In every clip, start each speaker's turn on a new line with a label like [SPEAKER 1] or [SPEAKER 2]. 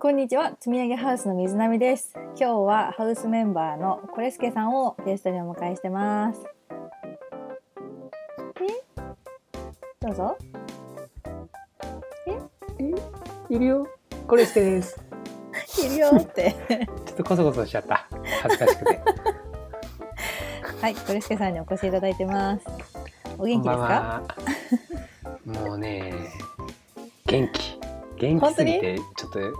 [SPEAKER 1] こんにちは積み上げハウスの水波です今日はハウスメンバーのコレスケさんをゲストにお迎えしてますえどうぞ
[SPEAKER 2] いるよ。コレスケです。
[SPEAKER 1] いるよって
[SPEAKER 2] ちょっとコソコソしちゃった。恥ずかしくて。
[SPEAKER 1] はいコレスケさんにお越しいただいてますお 元気ですか、
[SPEAKER 2] こんばんはもうね、元気。元気すぎて、ちょっと酔っ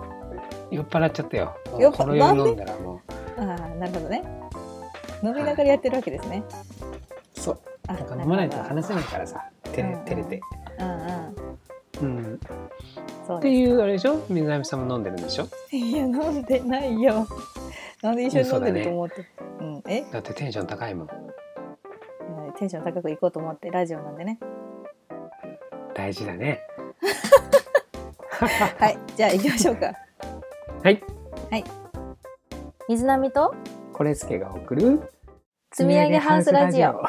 [SPEAKER 2] 払っちゃったよ。
[SPEAKER 1] 酔っ払
[SPEAKER 2] この酔い飲んだらも
[SPEAKER 1] ああなるほどね飲みながらやってるわけですね、
[SPEAKER 2] う。そう。
[SPEAKER 1] あ
[SPEAKER 2] なんか飲まないと話せ
[SPEAKER 1] な
[SPEAKER 2] ないいからさ。照れ照れて。
[SPEAKER 1] うんうん
[SPEAKER 2] うん。
[SPEAKER 1] そう
[SPEAKER 2] っ
[SPEAKER 1] で
[SPEAKER 2] て
[SPEAKER 1] す
[SPEAKER 2] いうあれでしょ水波さんも飲んでるんでしょ
[SPEAKER 1] いや飲んでないよなんで一緒に飲んでると思って、うんえ
[SPEAKER 2] だってテンション高いもん。
[SPEAKER 1] うんテンション高くいこうと思ってラジオなんでね
[SPEAKER 2] 大事だね。
[SPEAKER 1] はいじゃあ行きましょうか
[SPEAKER 2] はい。
[SPEAKER 1] 水波と
[SPEAKER 2] コレスケが送る
[SPEAKER 1] 積み上げハウスラジオ。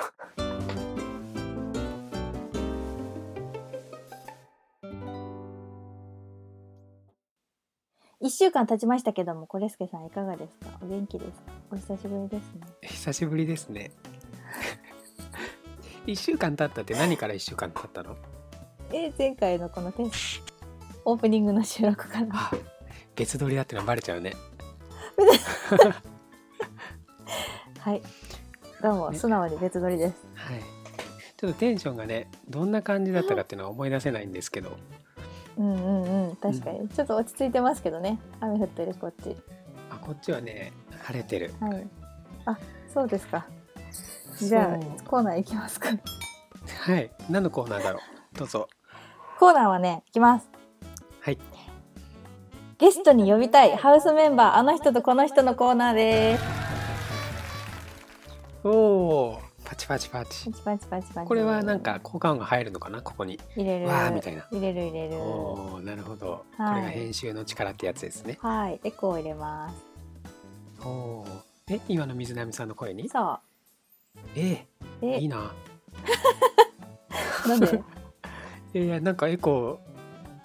[SPEAKER 1] 一週間経ちましたけどもコレスケさんいかがですかお元気ですかお久しぶりですね
[SPEAKER 2] 久しぶりですね 一週間経ったって何から一週間経ったの
[SPEAKER 1] え前回のこのテストオープニングの収録から
[SPEAKER 2] あ別撮りだってのはバレちゃうね
[SPEAKER 1] はいどうも素直に別撮りです
[SPEAKER 2] はいちょっとテンションがねどんな感じだったかっていうのは思い出せないんですけど
[SPEAKER 1] うんうんうん確かに、ちょっと落ち着いてますけどね雨降ってるこっち
[SPEAKER 2] あこっちはね晴れてる
[SPEAKER 1] はいあそうですかじゃ
[SPEAKER 2] そう
[SPEAKER 1] あコーナー行きますか
[SPEAKER 2] はい何のコーナーだろうどうぞ
[SPEAKER 1] コーナーはね行きます
[SPEAKER 2] はい
[SPEAKER 1] ゲストに呼びたいハウスメンバーあの人とこの人のコーナーです
[SPEAKER 2] おおーパチパチパ
[SPEAKER 1] パ
[SPEAKER 2] チ
[SPEAKER 1] チパチパチパチ
[SPEAKER 2] これはなんか効果音が入るのかなここに
[SPEAKER 1] 入れる
[SPEAKER 2] わーみたいな
[SPEAKER 1] 入れる入れる
[SPEAKER 2] おおなるほど、
[SPEAKER 1] はい
[SPEAKER 2] これが編集の力ってやつですね
[SPEAKER 1] はいエコーを入れます
[SPEAKER 2] おおーえ今の水波さんの声に
[SPEAKER 1] そ
[SPEAKER 2] え
[SPEAKER 1] うで
[SPEAKER 2] ー、いいな
[SPEAKER 1] なん で
[SPEAKER 2] いやいやなんかエコーっ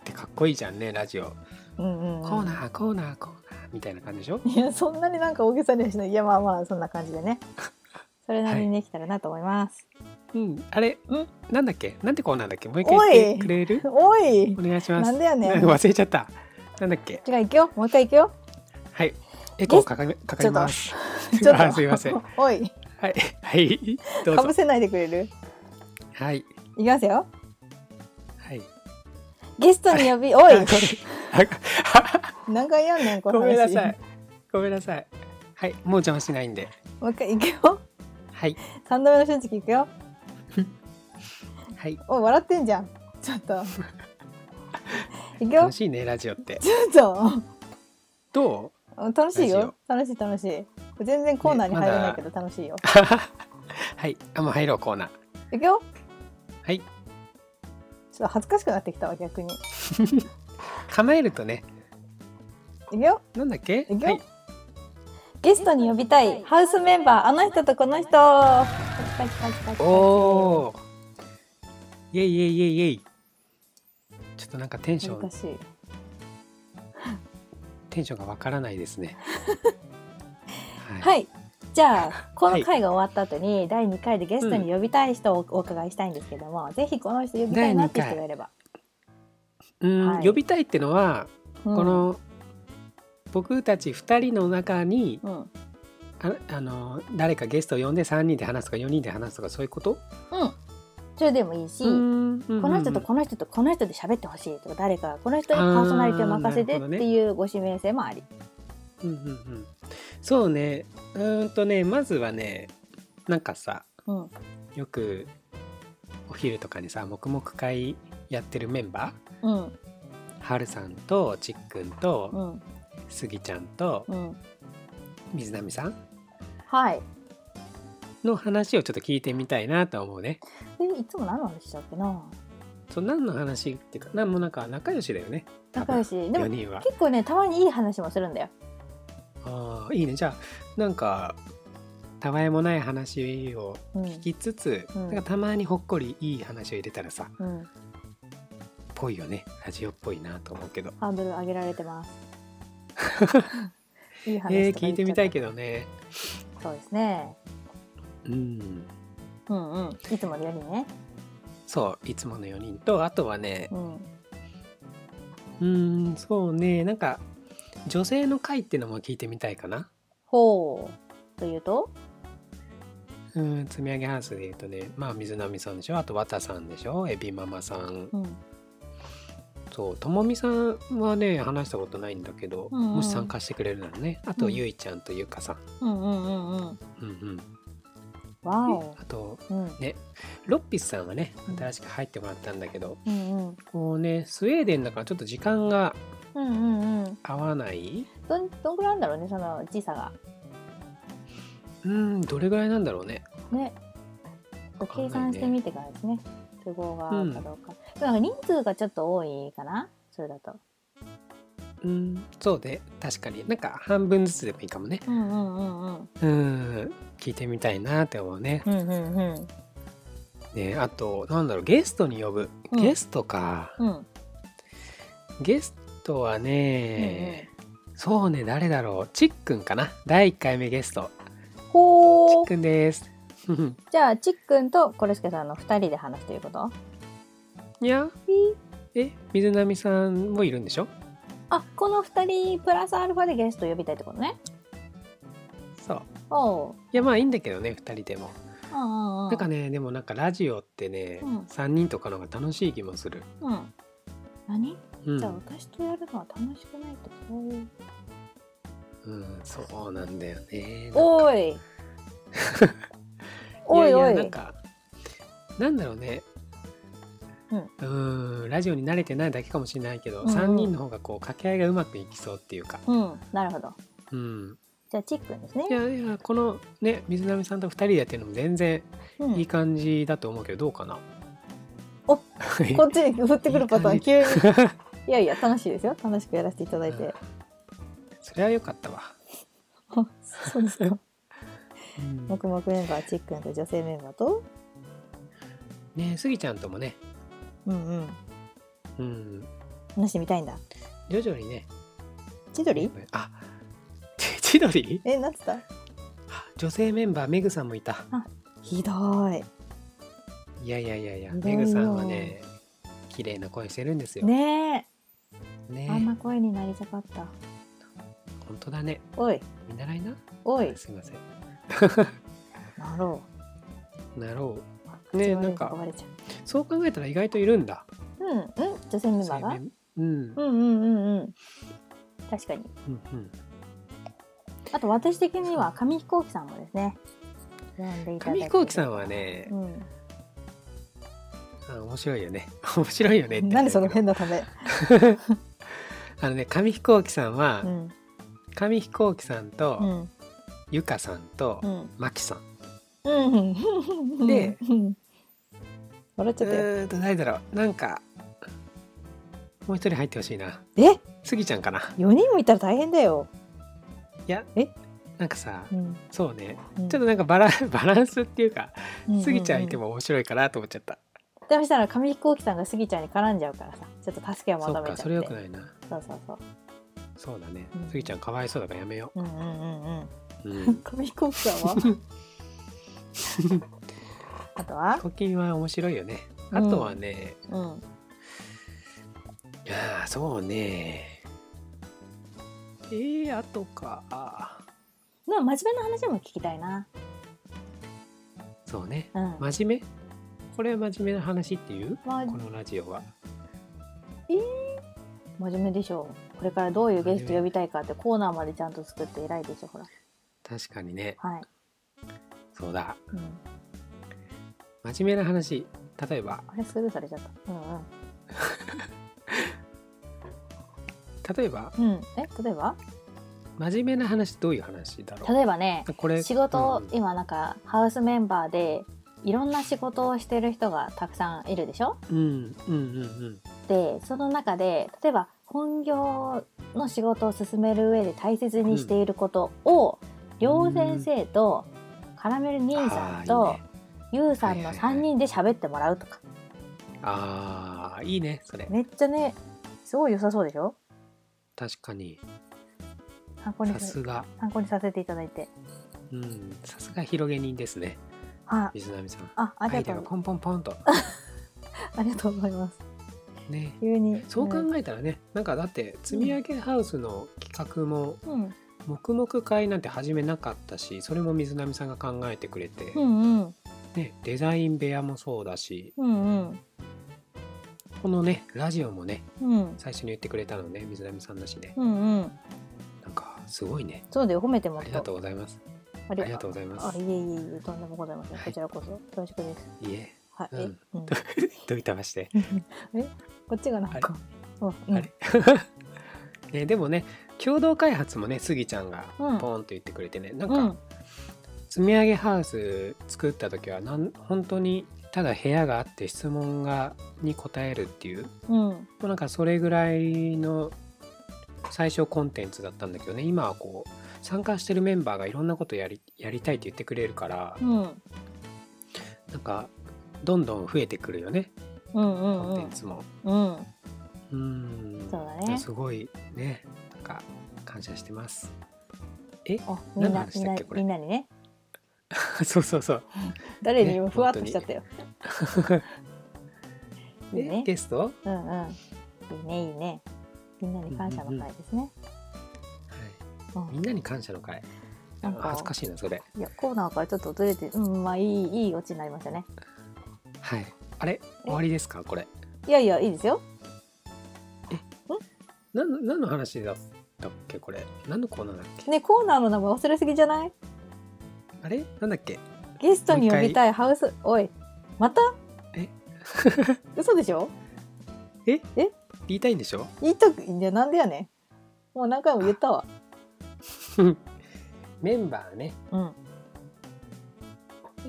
[SPEAKER 2] てかっこいいじゃんねラジオ、
[SPEAKER 1] うんうんうん
[SPEAKER 2] コーナーコーナーコーナーみたいな感じでしょ
[SPEAKER 1] いやそんなになんか大げさにはしないいやまあまあそんな感じでねそれなりにできたらなと思います、
[SPEAKER 2] うんあれうんなんだっけなんてコーナーだっけもう一
[SPEAKER 1] おい
[SPEAKER 2] 回言ってくれる
[SPEAKER 1] おい
[SPEAKER 2] お願いしま
[SPEAKER 1] な
[SPEAKER 2] す
[SPEAKER 1] んでや ね
[SPEAKER 2] なん
[SPEAKER 1] ん
[SPEAKER 2] か忘れちゃったなんだっけ
[SPEAKER 1] 違う行くよもう一回行くよ
[SPEAKER 2] はいエコーかかめかかります
[SPEAKER 1] ちょっ
[SPEAKER 2] あ
[SPEAKER 1] と
[SPEAKER 2] すいま せん
[SPEAKER 1] おい
[SPEAKER 2] はいはいどう
[SPEAKER 1] かぶ
[SPEAKER 2] ぞ
[SPEAKER 1] せないでくれる
[SPEAKER 2] はい
[SPEAKER 1] いきますよ
[SPEAKER 2] はい
[SPEAKER 1] ゲストに呼 びおい
[SPEAKER 2] あこれあ
[SPEAKER 1] 何回やんねんこの
[SPEAKER 2] ご
[SPEAKER 1] 話
[SPEAKER 2] めんなさいごめんなさいはいもう邪魔しないんで
[SPEAKER 1] もう一回行くよ
[SPEAKER 2] はい
[SPEAKER 1] 三度目の正直行くよ
[SPEAKER 2] はい
[SPEAKER 1] おい笑ってんじゃんちょ っと行くよ
[SPEAKER 2] 楽しいねラジオって
[SPEAKER 1] ちょっと
[SPEAKER 2] どう
[SPEAKER 1] うん楽しい
[SPEAKER 2] ラジ
[SPEAKER 1] よ楽しい楽しい全然コーナーに入れないけど楽しいよ、
[SPEAKER 2] はい、あもう入ろうコーナー。
[SPEAKER 1] 行くよ
[SPEAKER 2] はい、
[SPEAKER 1] ちょっと恥ずかしくなってきたわ逆に
[SPEAKER 2] 構えるとね、
[SPEAKER 1] 行くよ
[SPEAKER 2] なんだっけ？
[SPEAKER 1] いくよ
[SPEAKER 2] はい、
[SPEAKER 1] ゲストに呼びたいハウスメンバーあの人とこの人パチパチパチパチパチ
[SPEAKER 2] おお、イエイイエイイエイイエイ。ちょっとなんかテンション
[SPEAKER 1] 難しい
[SPEAKER 2] テンションがわからないです ね。はい、
[SPEAKER 1] はいじゃあこの回が終わった後に、第2回でゲストに呼びたい人をお伺いしたいんですけども、ぜひこの人呼びたいなって人がいれば、
[SPEAKER 2] うん、
[SPEAKER 1] はい
[SPEAKER 2] 呼びたいってのは、
[SPEAKER 1] うん
[SPEAKER 2] この僕たち二人の中に
[SPEAKER 1] うん、うん、
[SPEAKER 2] ああの誰かゲストを呼んで三人で話すとか四人で話すとかそういうこと？
[SPEAKER 1] それでもいいし、
[SPEAKER 2] うんうんうん
[SPEAKER 1] この人とこの人とこの人で喋ってほしいとか誰かこの人にパーソナリティを任せて
[SPEAKER 2] あ
[SPEAKER 1] っ
[SPEAKER 2] ーなるほどね
[SPEAKER 1] ていうご指名性もあり、
[SPEAKER 2] うんうんうん、そうねうーんとねまずはねなんかさ
[SPEAKER 1] うん、
[SPEAKER 2] よくお昼とかにさ黙々会やってるメンバ
[SPEAKER 1] うん
[SPEAKER 2] ーはるさんとちっくんと、
[SPEAKER 1] うん
[SPEAKER 2] すぎちゃんと
[SPEAKER 1] うん
[SPEAKER 2] 水波さん
[SPEAKER 1] はい
[SPEAKER 2] の話をちょっと聞いてみたいなと思うね。
[SPEAKER 1] でいつも何の話したっけな
[SPEAKER 2] そう何の話っていうかなんもうなんか仲良しだよね多
[SPEAKER 1] 仲
[SPEAKER 2] 分
[SPEAKER 1] 良しでも
[SPEAKER 2] 4人は。
[SPEAKER 1] 結構ねたまにいい話もするんだよ
[SPEAKER 2] ああいいねじゃあなんかたわいもない話を
[SPEAKER 1] うん
[SPEAKER 2] 聞きつつ、
[SPEAKER 1] うん
[SPEAKER 2] なんかたまにほっこりいい話を入れたらさ
[SPEAKER 1] うん
[SPEAKER 2] ぽいよねラジオっぽいなと思うけど
[SPEAKER 1] ハードル上げられてますいい話とか言
[SPEAKER 2] えー、
[SPEAKER 1] っちゃ
[SPEAKER 2] 聞いてみたいけどね。
[SPEAKER 1] ど。そうですね。
[SPEAKER 2] うん。
[SPEAKER 1] うんうん。いつものよりね。
[SPEAKER 2] そう、いつもの4人と、あとはね
[SPEAKER 1] う、ん。
[SPEAKER 2] うん、そうね、なんか、女性の会ってのも聞いてみたいかな。
[SPEAKER 1] ほう。というと。
[SPEAKER 2] うん、積み上げハウスで言うとね、まあ、水波さんでしょ、あと、わたさんでしょ、エビママさん。
[SPEAKER 1] うん。
[SPEAKER 2] そう、ともみさんはね、話したことないんだけど、
[SPEAKER 1] うんうん
[SPEAKER 2] もし参加してくれるならね、あと、
[SPEAKER 1] うん
[SPEAKER 2] ゆいちゃんとゆかさん。
[SPEAKER 1] うんうんうんうん。
[SPEAKER 2] うんうん。
[SPEAKER 1] わお。
[SPEAKER 2] あと、
[SPEAKER 1] うん。
[SPEAKER 2] ロッピスさんはね、新しく入ってもらったんだけど、
[SPEAKER 1] うんうん。
[SPEAKER 2] こうね、スウェーデンだからちょっと時間が
[SPEAKER 1] うんうんうん。
[SPEAKER 2] 合わない
[SPEAKER 1] どんどんぐらいなんだろうねその時差が。
[SPEAKER 2] うん、どれぐらいなんだろうね。
[SPEAKER 1] ね。こう
[SPEAKER 2] かんないね
[SPEAKER 1] 計算してみてからですね。都合が合うかどうか。でもなんか人数がちょっと多いかな。それだと。
[SPEAKER 2] うん、そうで、確かになんか半分ずつでもいいかもね。
[SPEAKER 1] うんうんうんうん。
[SPEAKER 2] うん、聞いてみたいなって思うね。
[SPEAKER 1] うんうんうん。
[SPEAKER 2] ね、あと、なんだろう、ゲストに呼ぶ。
[SPEAKER 1] うん
[SPEAKER 2] ゲストか。
[SPEAKER 1] うん。
[SPEAKER 2] ゲストはね、そうね、誰だろう。ちっくんかな。第1回目ゲスト。ち
[SPEAKER 1] ほ
[SPEAKER 2] っ
[SPEAKER 1] う。
[SPEAKER 2] く んです。
[SPEAKER 1] じゃあちっくんとコレスケさんの二人で話すということ。
[SPEAKER 2] いや、え、水波さんもいるんでしょ
[SPEAKER 1] あこの二人プラスアルファでゲスト呼びたいってことね。
[SPEAKER 2] そう。
[SPEAKER 1] おう。
[SPEAKER 2] いや、まあいいんだけどね、2人でも。
[SPEAKER 1] うんうんうん。
[SPEAKER 2] なんかね、でもなんかラジオってね、
[SPEAKER 1] うん
[SPEAKER 2] 3人とかの方が楽しい気もする。
[SPEAKER 1] うん。何？
[SPEAKER 2] う
[SPEAKER 1] じゃあ
[SPEAKER 2] ん、
[SPEAKER 1] 私とやるのは楽しくないとそういう。
[SPEAKER 2] うん、そうなんだよね。
[SPEAKER 1] お い。おい
[SPEAKER 2] や
[SPEAKER 1] お
[SPEAKER 2] やなん
[SPEAKER 1] い。
[SPEAKER 2] かなんだろうね
[SPEAKER 1] う
[SPEAKER 2] うんラジオに慣れてないだけかもしれないけど、
[SPEAKER 1] うんうん
[SPEAKER 2] 3人の方がこう掛け合いがうまくいきそうっていうか、
[SPEAKER 1] うん。なるほど。
[SPEAKER 2] うん、
[SPEAKER 1] じゃあチックンですね
[SPEAKER 2] い。やいやこのね水波さんと2人でやってるのも全然
[SPEAKER 1] うん
[SPEAKER 2] いい感じだと思うけどどうかな、
[SPEAKER 1] お
[SPEAKER 2] い
[SPEAKER 1] こっちに降ってくるパター
[SPEAKER 2] い
[SPEAKER 1] ン
[SPEAKER 2] い
[SPEAKER 1] 急に。いやいや楽しいですよ。楽しくやらせていただいて。
[SPEAKER 2] それは良かったわ、
[SPEAKER 1] あそうですか。
[SPEAKER 2] うん
[SPEAKER 1] 黙々メンバーチックンと女性メンバーと。
[SPEAKER 2] ねスギちゃんともね、
[SPEAKER 1] うんうん。
[SPEAKER 2] うん、
[SPEAKER 1] 話してみたいんだ。
[SPEAKER 2] 徐々にね
[SPEAKER 1] 千鳥？
[SPEAKER 2] あち千鳥
[SPEAKER 1] え、なんつった？
[SPEAKER 2] あ女性メンバーメグさんもいた
[SPEAKER 1] ひどい。
[SPEAKER 2] いやいやいやいや
[SPEAKER 1] いろい
[SPEAKER 2] メ
[SPEAKER 1] ろ
[SPEAKER 2] グさんはね綺麗な声してるんですよ
[SPEAKER 1] ね
[SPEAKER 2] ね
[SPEAKER 1] え、あんな声になりたかった。
[SPEAKER 2] 本当だね
[SPEAKER 1] おい、
[SPEAKER 2] 見習いな
[SPEAKER 1] おい、
[SPEAKER 2] すいません
[SPEAKER 1] なろ
[SPEAKER 2] なろ
[SPEAKER 1] う。
[SPEAKER 2] ね
[SPEAKER 1] 口
[SPEAKER 2] え
[SPEAKER 1] 悪い
[SPEAKER 2] なんか
[SPEAKER 1] とわれちゃ
[SPEAKER 2] うそう考えたら意外といるんだ
[SPEAKER 1] う。うん、うん、女性メンバーが
[SPEAKER 2] 生。命う
[SPEAKER 1] う
[SPEAKER 2] ん
[SPEAKER 1] ん、うん、うん、うん。確かに。
[SPEAKER 2] うんうん
[SPEAKER 1] あと、私的には紙飛行機さんもですね。呼んでいただい
[SPEAKER 2] 紙
[SPEAKER 1] て。
[SPEAKER 2] 飛行機さんはね
[SPEAKER 1] うん。
[SPEAKER 2] あ面白いよね 面白いよねって
[SPEAKER 1] なんでその変なため。
[SPEAKER 2] あのね紙飛行機さんは、
[SPEAKER 1] うん、
[SPEAKER 2] 紙飛行機さんと、
[SPEAKER 1] うん、
[SPEAKER 2] ゆかさんと、
[SPEAKER 1] うん、
[SPEAKER 2] まきさん
[SPEAKER 1] うん。
[SPEAKER 2] で
[SPEAKER 1] うん、笑っち
[SPEAKER 2] う
[SPEAKER 1] ゃったよ。
[SPEAKER 2] ーんと誰だろうなんかもう一人入ってほしいな
[SPEAKER 1] え、
[SPEAKER 2] スギちゃんかな
[SPEAKER 1] 四人もいたら大変だよ。
[SPEAKER 2] いや
[SPEAKER 1] え
[SPEAKER 2] なんかさ
[SPEAKER 1] うん、
[SPEAKER 2] そうね
[SPEAKER 1] うん
[SPEAKER 2] ちょっとなんかバラ ンバランスっていうか
[SPEAKER 1] うん
[SPEAKER 2] スギちゃんいて
[SPEAKER 1] も。
[SPEAKER 2] も面白いかなと思っちゃった
[SPEAKER 1] だめしたら、紙飛行機さんがスギちゃんに絡んじゃうからさ、ちょっと助けを求
[SPEAKER 2] そ
[SPEAKER 1] めちゃ
[SPEAKER 2] っ
[SPEAKER 1] っ
[SPEAKER 2] か
[SPEAKER 1] て。
[SPEAKER 2] それ良くないな
[SPEAKER 1] そうそうそう。
[SPEAKER 2] そうだね
[SPEAKER 1] うん
[SPEAKER 2] スギちゃんかわいそうだからやめよ
[SPEAKER 1] うんうんうん
[SPEAKER 2] う、う
[SPEAKER 1] うん。
[SPEAKER 2] ん、
[SPEAKER 1] 紙飛行機さんは。 あとは。
[SPEAKER 2] コキンは面白いよね
[SPEAKER 1] うん
[SPEAKER 2] あとはね、
[SPEAKER 1] うん。
[SPEAKER 2] いやーそうねえー、あとかあ
[SPEAKER 1] な、真面目な話も聞きたいな。
[SPEAKER 2] ーそうね
[SPEAKER 1] うん。
[SPEAKER 2] 真面目これは真面目な話っていう
[SPEAKER 1] ま
[SPEAKER 2] このラジオは
[SPEAKER 1] 真面目でしょう。これからどういうゲスト呼びたいかってコーナーまでちゃんと作って偉いでしょほら。
[SPEAKER 2] 確かにね
[SPEAKER 1] はい。
[SPEAKER 2] そうだ
[SPEAKER 1] うん。
[SPEAKER 2] 真面目な話例えば
[SPEAKER 1] あれスルーされちゃった。うん
[SPEAKER 2] 例えば
[SPEAKER 1] うん。うん。え、例えば。
[SPEAKER 2] 真面目な話どういう話だろう
[SPEAKER 1] 例えばね。
[SPEAKER 2] これ
[SPEAKER 1] 仕事を、
[SPEAKER 2] うん
[SPEAKER 1] 今なんかハウスメンバーで。いろんな仕事をしてる人がたくさんいるでしょ
[SPEAKER 2] うんうんうんうん
[SPEAKER 1] でその中で例えば本業の仕事を進める上で大切にしていることを、両先生とカラメル兄さん
[SPEAKER 2] あーい
[SPEAKER 1] と
[SPEAKER 2] いね
[SPEAKER 1] ユウさんの
[SPEAKER 2] はいはいはい
[SPEAKER 1] 3人で喋ってもらうとか、
[SPEAKER 2] あーいいねそれ
[SPEAKER 1] めっちゃねすごい良さそうでしょ
[SPEAKER 2] 確かに
[SPEAKER 1] 参考に
[SPEAKER 2] さすが、
[SPEAKER 1] 参考にさせていただいて。
[SPEAKER 2] うん、さすが広げ人ですね
[SPEAKER 1] はい。
[SPEAKER 2] 水波さん
[SPEAKER 1] あ、あ
[SPEAKER 2] アイ
[SPEAKER 1] り
[SPEAKER 2] デ
[SPEAKER 1] がと
[SPEAKER 2] アが
[SPEAKER 1] う。
[SPEAKER 2] ポンポンポンと
[SPEAKER 1] ありがとうございます。
[SPEAKER 2] ね
[SPEAKER 1] 急に。
[SPEAKER 2] そう考
[SPEAKER 1] ね
[SPEAKER 2] えたらねなんかだって積み上げハウスの企画も
[SPEAKER 1] うん。
[SPEAKER 2] 黙々会なんて始めなかったしそれも水波さんが考えてくれて、
[SPEAKER 1] うんうん。
[SPEAKER 2] ね、デザイン部屋もそうだし
[SPEAKER 1] うんうん。
[SPEAKER 2] このねラジオもね
[SPEAKER 1] うん。
[SPEAKER 2] 最初に言ってくれたのね水波さんだしね
[SPEAKER 1] うんうん。
[SPEAKER 2] なんかすごいね
[SPEAKER 1] そうだよ、褒めても
[SPEAKER 2] あ
[SPEAKER 1] ら
[SPEAKER 2] り
[SPEAKER 1] った
[SPEAKER 2] がとうございます
[SPEAKER 1] あ
[SPEAKER 2] ありがとうございま
[SPEAKER 1] あ、
[SPEAKER 2] す
[SPEAKER 1] いえいえいえ、とんでもございません。
[SPEAKER 2] はい
[SPEAKER 1] こちらこそ、恐縮です。
[SPEAKER 2] いえ
[SPEAKER 1] はい。
[SPEAKER 2] うん
[SPEAKER 1] えうん、
[SPEAKER 2] どういたまして
[SPEAKER 1] え、こっちがなんか。うんうん
[SPEAKER 2] あれね、でもね共同開発もねスギちゃんがポ
[SPEAKER 1] うん
[SPEAKER 2] ーンと言ってくれてね、なん
[SPEAKER 1] う
[SPEAKER 2] か
[SPEAKER 1] ん。
[SPEAKER 2] 積み上げハウス作った時はなん本当にただ部屋があって質問がに答えるっていうも
[SPEAKER 1] うん。
[SPEAKER 2] うなんかそれぐらいの最初コンテンツだったんだけどね今はこう参加してるメンバーがいろんなことやりやりたいって言ってくれるから
[SPEAKER 1] うん。
[SPEAKER 2] なんかどんどん増えてくるよね
[SPEAKER 1] うんう
[SPEAKER 2] コ
[SPEAKER 1] ん
[SPEAKER 2] ン
[SPEAKER 1] う
[SPEAKER 2] テン
[SPEAKER 1] ん。
[SPEAKER 2] ツも。
[SPEAKER 1] うん。
[SPEAKER 2] うん
[SPEAKER 1] そうだね
[SPEAKER 2] すごいねなんか感謝してます。 え
[SPEAKER 1] あ、みん
[SPEAKER 2] 何の
[SPEAKER 1] な、
[SPEAKER 2] 話
[SPEAKER 1] みん
[SPEAKER 2] だっ
[SPEAKER 1] な
[SPEAKER 2] け、これ
[SPEAKER 1] みんなにね。
[SPEAKER 2] そうそうそう。
[SPEAKER 1] 誰にも
[SPEAKER 2] ね
[SPEAKER 1] ふわっとしちゃったよ。い い
[SPEAKER 2] え
[SPEAKER 1] ね。
[SPEAKER 2] ゲスト、はい、
[SPEAKER 1] うんうん。いいね、いいね。みんなに感謝の会ですね。うん
[SPEAKER 2] みんなに感謝の会。
[SPEAKER 1] なんか
[SPEAKER 2] 恥ずかしいなそれ。
[SPEAKER 1] いや、コーナーからちょっとずれて、うん、まあ、いい、いいオチになりましたね。
[SPEAKER 2] はい。あれ終わりですかこれ。
[SPEAKER 1] いやいや、いいですよ。
[SPEAKER 2] なん何の話だったっけこれ。何のコーナーだっけ。
[SPEAKER 1] ね、コーナーの名前忘れすぎじゃない。
[SPEAKER 2] あれなんだっけ。
[SPEAKER 1] ゲストに呼びたいハウス、おい。また。
[SPEAKER 2] え。
[SPEAKER 1] 嘘でしょ
[SPEAKER 2] 言いたいんでしょ。
[SPEAKER 1] 言いたく、いや、なんでやねん。もう何回も言ったわ。
[SPEAKER 2] メンバーね。
[SPEAKER 1] うん。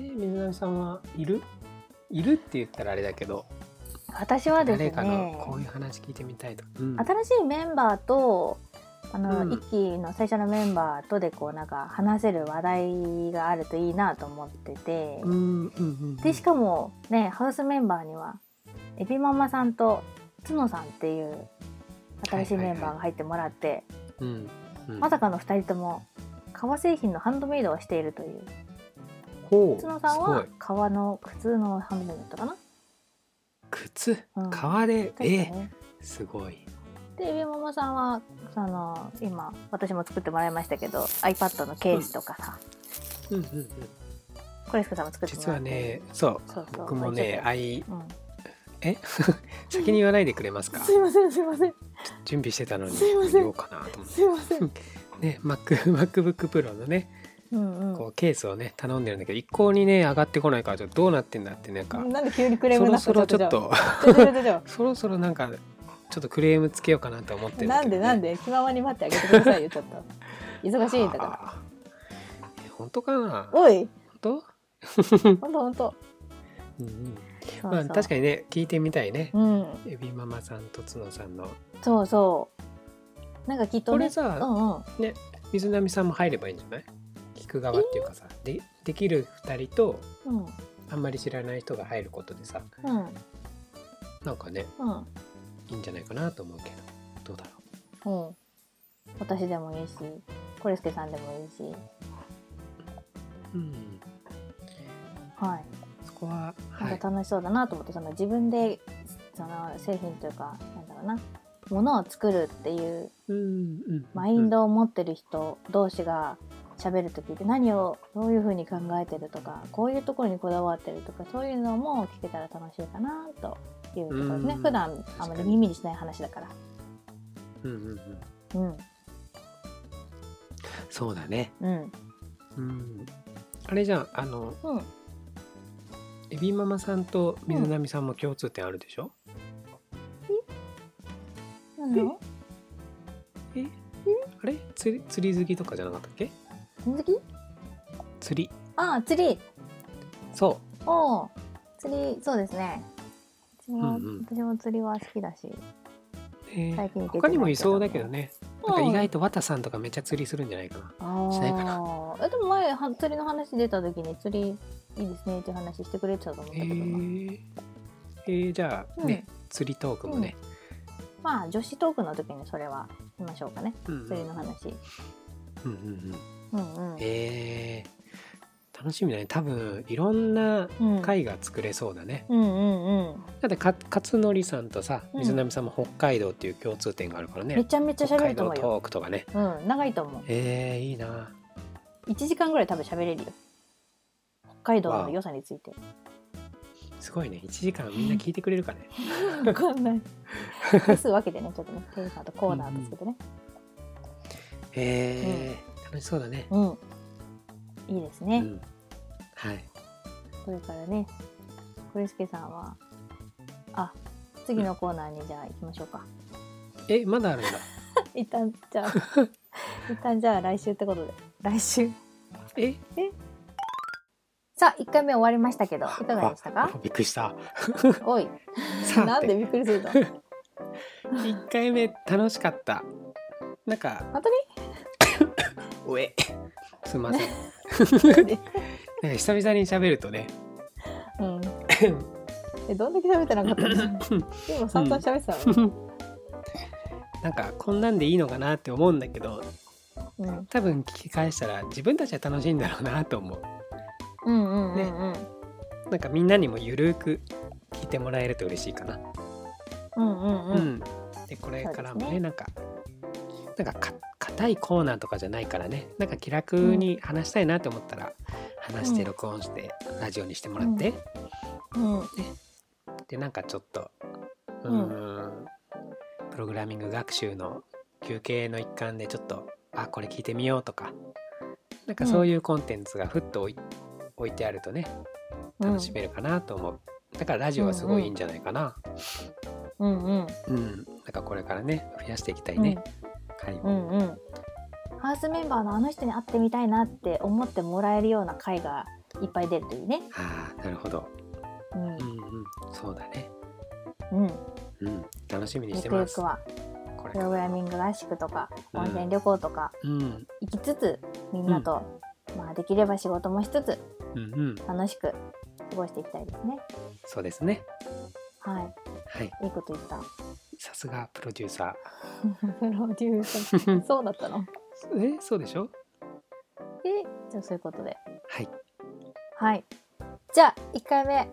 [SPEAKER 2] え水波さんはいる？いるって言ったらあれだけど、
[SPEAKER 1] 私はです
[SPEAKER 2] 誰かのこう
[SPEAKER 1] ね。
[SPEAKER 2] いう話聞いてみたいと。うん
[SPEAKER 1] 新しいメンバーと。あの、
[SPEAKER 2] うん
[SPEAKER 1] 一期の最初のメンバーとで、こう、なんか話せる話題があるといいなと思ってて。
[SPEAKER 2] うんうんうん。
[SPEAKER 1] でしかもねハウスメンバーにはエビママさんとつのさんっていう新しい
[SPEAKER 2] はい
[SPEAKER 1] メ
[SPEAKER 2] はいはい
[SPEAKER 1] ンバーが入ってもらって、
[SPEAKER 2] うん。うん
[SPEAKER 1] まさかの2人とも革製品のハンドメイドをしているという
[SPEAKER 2] ほう
[SPEAKER 1] つのさんは
[SPEAKER 2] すごい
[SPEAKER 1] 革の靴のハンドメイドだったかな、
[SPEAKER 2] 靴
[SPEAKER 1] うん、
[SPEAKER 2] 革で、
[SPEAKER 1] 確か
[SPEAKER 2] え
[SPEAKER 1] ね
[SPEAKER 2] すごい
[SPEAKER 1] でエビママさんはその今私も作ってもらいましたけど iPad のケースとかさ、
[SPEAKER 2] うんうんうん
[SPEAKER 1] コレスケさんも作っても
[SPEAKER 2] 実
[SPEAKER 1] ら
[SPEAKER 2] は
[SPEAKER 1] って
[SPEAKER 2] ねそう
[SPEAKER 1] そうそう
[SPEAKER 2] 僕もね
[SPEAKER 1] ま
[SPEAKER 2] あい
[SPEAKER 1] うん
[SPEAKER 2] え先に言わないでくれますか
[SPEAKER 1] すいませんすいません
[SPEAKER 2] 準備してたのに
[SPEAKER 1] すいません
[SPEAKER 2] 言おうかなと思って
[SPEAKER 1] すいません
[SPEAKER 2] ね Mac MacBook Pro のね
[SPEAKER 1] うん
[SPEAKER 2] こうケースをね頼んでるんだけど一向にね上がってこないからちょっとどうなってんだってなんか
[SPEAKER 1] うんなんで急にクレー
[SPEAKER 2] そ
[SPEAKER 1] ムになっ
[SPEAKER 2] ろ
[SPEAKER 1] た
[SPEAKER 2] そろちょっ
[SPEAKER 1] ちょ
[SPEAKER 2] と
[SPEAKER 1] っと ちょっとちょっとちょっと
[SPEAKER 2] そろそろなんかちょっとクレームつけようかなと思ってる
[SPEAKER 1] なんでなんで気ままに待ってあげてくださいよちょっと忙しいんだから
[SPEAKER 2] ら本当かな本
[SPEAKER 1] おい
[SPEAKER 2] 当
[SPEAKER 1] ほんとほんと
[SPEAKER 2] うんうんまあ確か
[SPEAKER 1] に
[SPEAKER 2] にね聞いてみたいね
[SPEAKER 1] うん
[SPEAKER 2] エビママさんと角さんの
[SPEAKER 1] そうそうなんかきっと
[SPEAKER 2] こ
[SPEAKER 1] ね
[SPEAKER 2] れさ
[SPEAKER 1] うんうん
[SPEAKER 2] 水波さんも入ればいいんじゃない聞く側っていうかさ、でできる2人と
[SPEAKER 1] うん
[SPEAKER 2] あんまり知らない人が入ることでさ
[SPEAKER 1] うん
[SPEAKER 2] なんかね
[SPEAKER 1] うん
[SPEAKER 2] いいんじゃないかなと思うけどどうだろ
[SPEAKER 1] うん私でもいいしコレスケさんでもいいし
[SPEAKER 2] う、うん、
[SPEAKER 1] はい
[SPEAKER 2] そこは、は
[SPEAKER 1] なん
[SPEAKER 2] い
[SPEAKER 1] か、楽しそうだなと思って、その自分でその製品というかなんだろうなものを作るっていう
[SPEAKER 2] うんうん
[SPEAKER 1] マイン、ドを持ってる人同士が喋る時って何をどういうふうに考えてるとかこういうところにこだわってるとかそういうのも聞けたら楽しいかなというところですね
[SPEAKER 2] うん
[SPEAKER 1] 普段あ
[SPEAKER 2] 確
[SPEAKER 1] ま
[SPEAKER 2] かに
[SPEAKER 1] り耳にしない話だから。
[SPEAKER 2] うんうんうん、
[SPEAKER 1] うん
[SPEAKER 2] そうだね
[SPEAKER 1] うん
[SPEAKER 2] うんあれじゃああの
[SPEAKER 1] うん、
[SPEAKER 2] エビママさんと水波さんも共通点あるでしょ、
[SPEAKER 1] なんだろう
[SPEAKER 2] えあれ釣り釣り好きとかじゃなかったっけ
[SPEAKER 1] 水着
[SPEAKER 2] 釣り
[SPEAKER 1] ああ釣り
[SPEAKER 2] そ
[SPEAKER 1] おう釣りそうですね私も,、
[SPEAKER 2] うんうん
[SPEAKER 1] 私も釣りは好きだし
[SPEAKER 2] う、ね
[SPEAKER 1] 最近行けてないけど
[SPEAKER 2] 他にもいそうだけどねなんか
[SPEAKER 1] うん
[SPEAKER 2] 意外と綿さんとかめっちゃ釣りするんじゃないかな。
[SPEAKER 1] あ
[SPEAKER 2] しないかな
[SPEAKER 1] あえでも前は釣りの話出た時に釣りいいですねっていう話してくれてたと思った
[SPEAKER 2] え
[SPEAKER 1] けどな、
[SPEAKER 2] ーえーじゃあね、釣りトークもね、
[SPEAKER 1] まあ女子トークの時にそれはしましょうかね
[SPEAKER 2] うんうん
[SPEAKER 1] 釣りの話
[SPEAKER 2] うんうんうん
[SPEAKER 1] うんうん。
[SPEAKER 2] えー、楽しみだね多分いろんな
[SPEAKER 1] うん
[SPEAKER 2] 貝が作れそうだね、
[SPEAKER 1] うんうんうん。
[SPEAKER 2] だってか勝則さんとさ
[SPEAKER 1] うん
[SPEAKER 2] 水波さんも北海道っていう共通点があるからね、
[SPEAKER 1] めちゃめちゃ
[SPEAKER 2] 北
[SPEAKER 1] 喋る
[SPEAKER 2] 海
[SPEAKER 1] と
[SPEAKER 2] 道
[SPEAKER 1] 思うよ。
[SPEAKER 2] トークとかね
[SPEAKER 1] うん、長いと思う。
[SPEAKER 2] えー、いいな
[SPEAKER 1] 1時間ぐらい多分喋れるよ。北海道の良さについて。
[SPEAKER 2] すごいね1時間みんな聞いてくれるかね
[SPEAKER 1] わか んない。複数分けてね、ちょっとね、テーマとコーナーとつけてね。
[SPEAKER 2] えー、楽しそうだね
[SPEAKER 1] うん。いいです
[SPEAKER 2] う
[SPEAKER 1] ね。
[SPEAKER 2] んはい
[SPEAKER 1] それからね、コリスケさんは、あ、次のコーナーにじゃあ行きましょうか。
[SPEAKER 2] えまだあるんだ
[SPEAKER 1] 一旦じ ゃあ、一旦じゃあ来週ってことで。来週。
[SPEAKER 2] え
[SPEAKER 1] さあ、1回目終わりましたけど、いかがでしたか
[SPEAKER 2] あびっくりした
[SPEAKER 1] おい、
[SPEAKER 2] さ
[SPEAKER 1] な
[SPEAKER 2] あ
[SPEAKER 1] んでびっくり するの
[SPEAKER 2] 1回目楽しかったなんか
[SPEAKER 1] 本当に
[SPEAKER 2] おえすみませんなんか久々に喋るとね
[SPEAKER 1] うん。え、どんだけ喋ってなか ったの今散々喋ってた
[SPEAKER 2] なんかこんなんでいいのかなって思うんだけど
[SPEAKER 1] の、
[SPEAKER 2] 多分聞き返したら自分たちは楽しいんだろうなと思う
[SPEAKER 1] うん、うんうんうんうん。
[SPEAKER 2] なんかみんなにもゆるーく聞いてもらえると嬉しいかな
[SPEAKER 1] うんうん
[SPEAKER 2] う
[SPEAKER 1] うん。
[SPEAKER 2] んでこれからも
[SPEAKER 1] そうですね
[SPEAKER 2] ねなんかなんかか硬いコーナーとかじゃないからねなんか気楽に話したいなと思ったら、話して録音してラジオにしてもらって、
[SPEAKER 1] うん
[SPEAKER 2] でなんかちょっとうー
[SPEAKER 1] うん
[SPEAKER 2] ん、プログラミング学習の休憩の一環でちょっとあこれ聞いてみようとかなんかそういうコンテンツがふっと置い,、置いてあるとね楽しめるかなと思う、だからラジオはすごいいいんじゃないかな
[SPEAKER 1] うんうん
[SPEAKER 2] うん、なんかこれからね増やしていきたいね、会
[SPEAKER 1] う
[SPEAKER 2] も、
[SPEAKER 1] んうんハウスメンバーのあの人に会ってみたいなって思ってもらえるような回がいっぱい出るといいね。
[SPEAKER 2] ああなるほど
[SPEAKER 1] うん
[SPEAKER 2] うんうんそうだね
[SPEAKER 1] うん、
[SPEAKER 2] うん楽しみに
[SPEAKER 1] ゆ
[SPEAKER 2] して
[SPEAKER 1] くゆ
[SPEAKER 2] ます
[SPEAKER 1] くは
[SPEAKER 2] これ
[SPEAKER 1] プ
[SPEAKER 2] から
[SPEAKER 1] ログラミング合宿とか
[SPEAKER 2] うん
[SPEAKER 1] 温泉旅行とか
[SPEAKER 2] うん
[SPEAKER 1] 行きつつみんなと、まあ、できれば仕事もしつつ
[SPEAKER 2] うんうん
[SPEAKER 1] 楽しく過ごしていきたいですね。
[SPEAKER 2] そうですね
[SPEAKER 1] は
[SPEAKER 2] はい
[SPEAKER 1] い、いいこと言った。
[SPEAKER 2] さすがプロデューサ
[SPEAKER 1] プロデューサー
[SPEAKER 2] ー
[SPEAKER 1] そうだったの
[SPEAKER 2] えそうでしょ
[SPEAKER 1] えじゃあそういうことで。
[SPEAKER 2] はい
[SPEAKER 1] はい。じゃあ1回目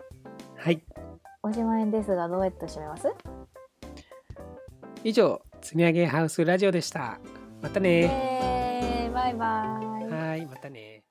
[SPEAKER 2] はい
[SPEAKER 1] おしまいですがどうやって締めます
[SPEAKER 2] 以上積み上げハウスラジオでしたまたね
[SPEAKER 1] えー、バイバイ。
[SPEAKER 2] はーいまたね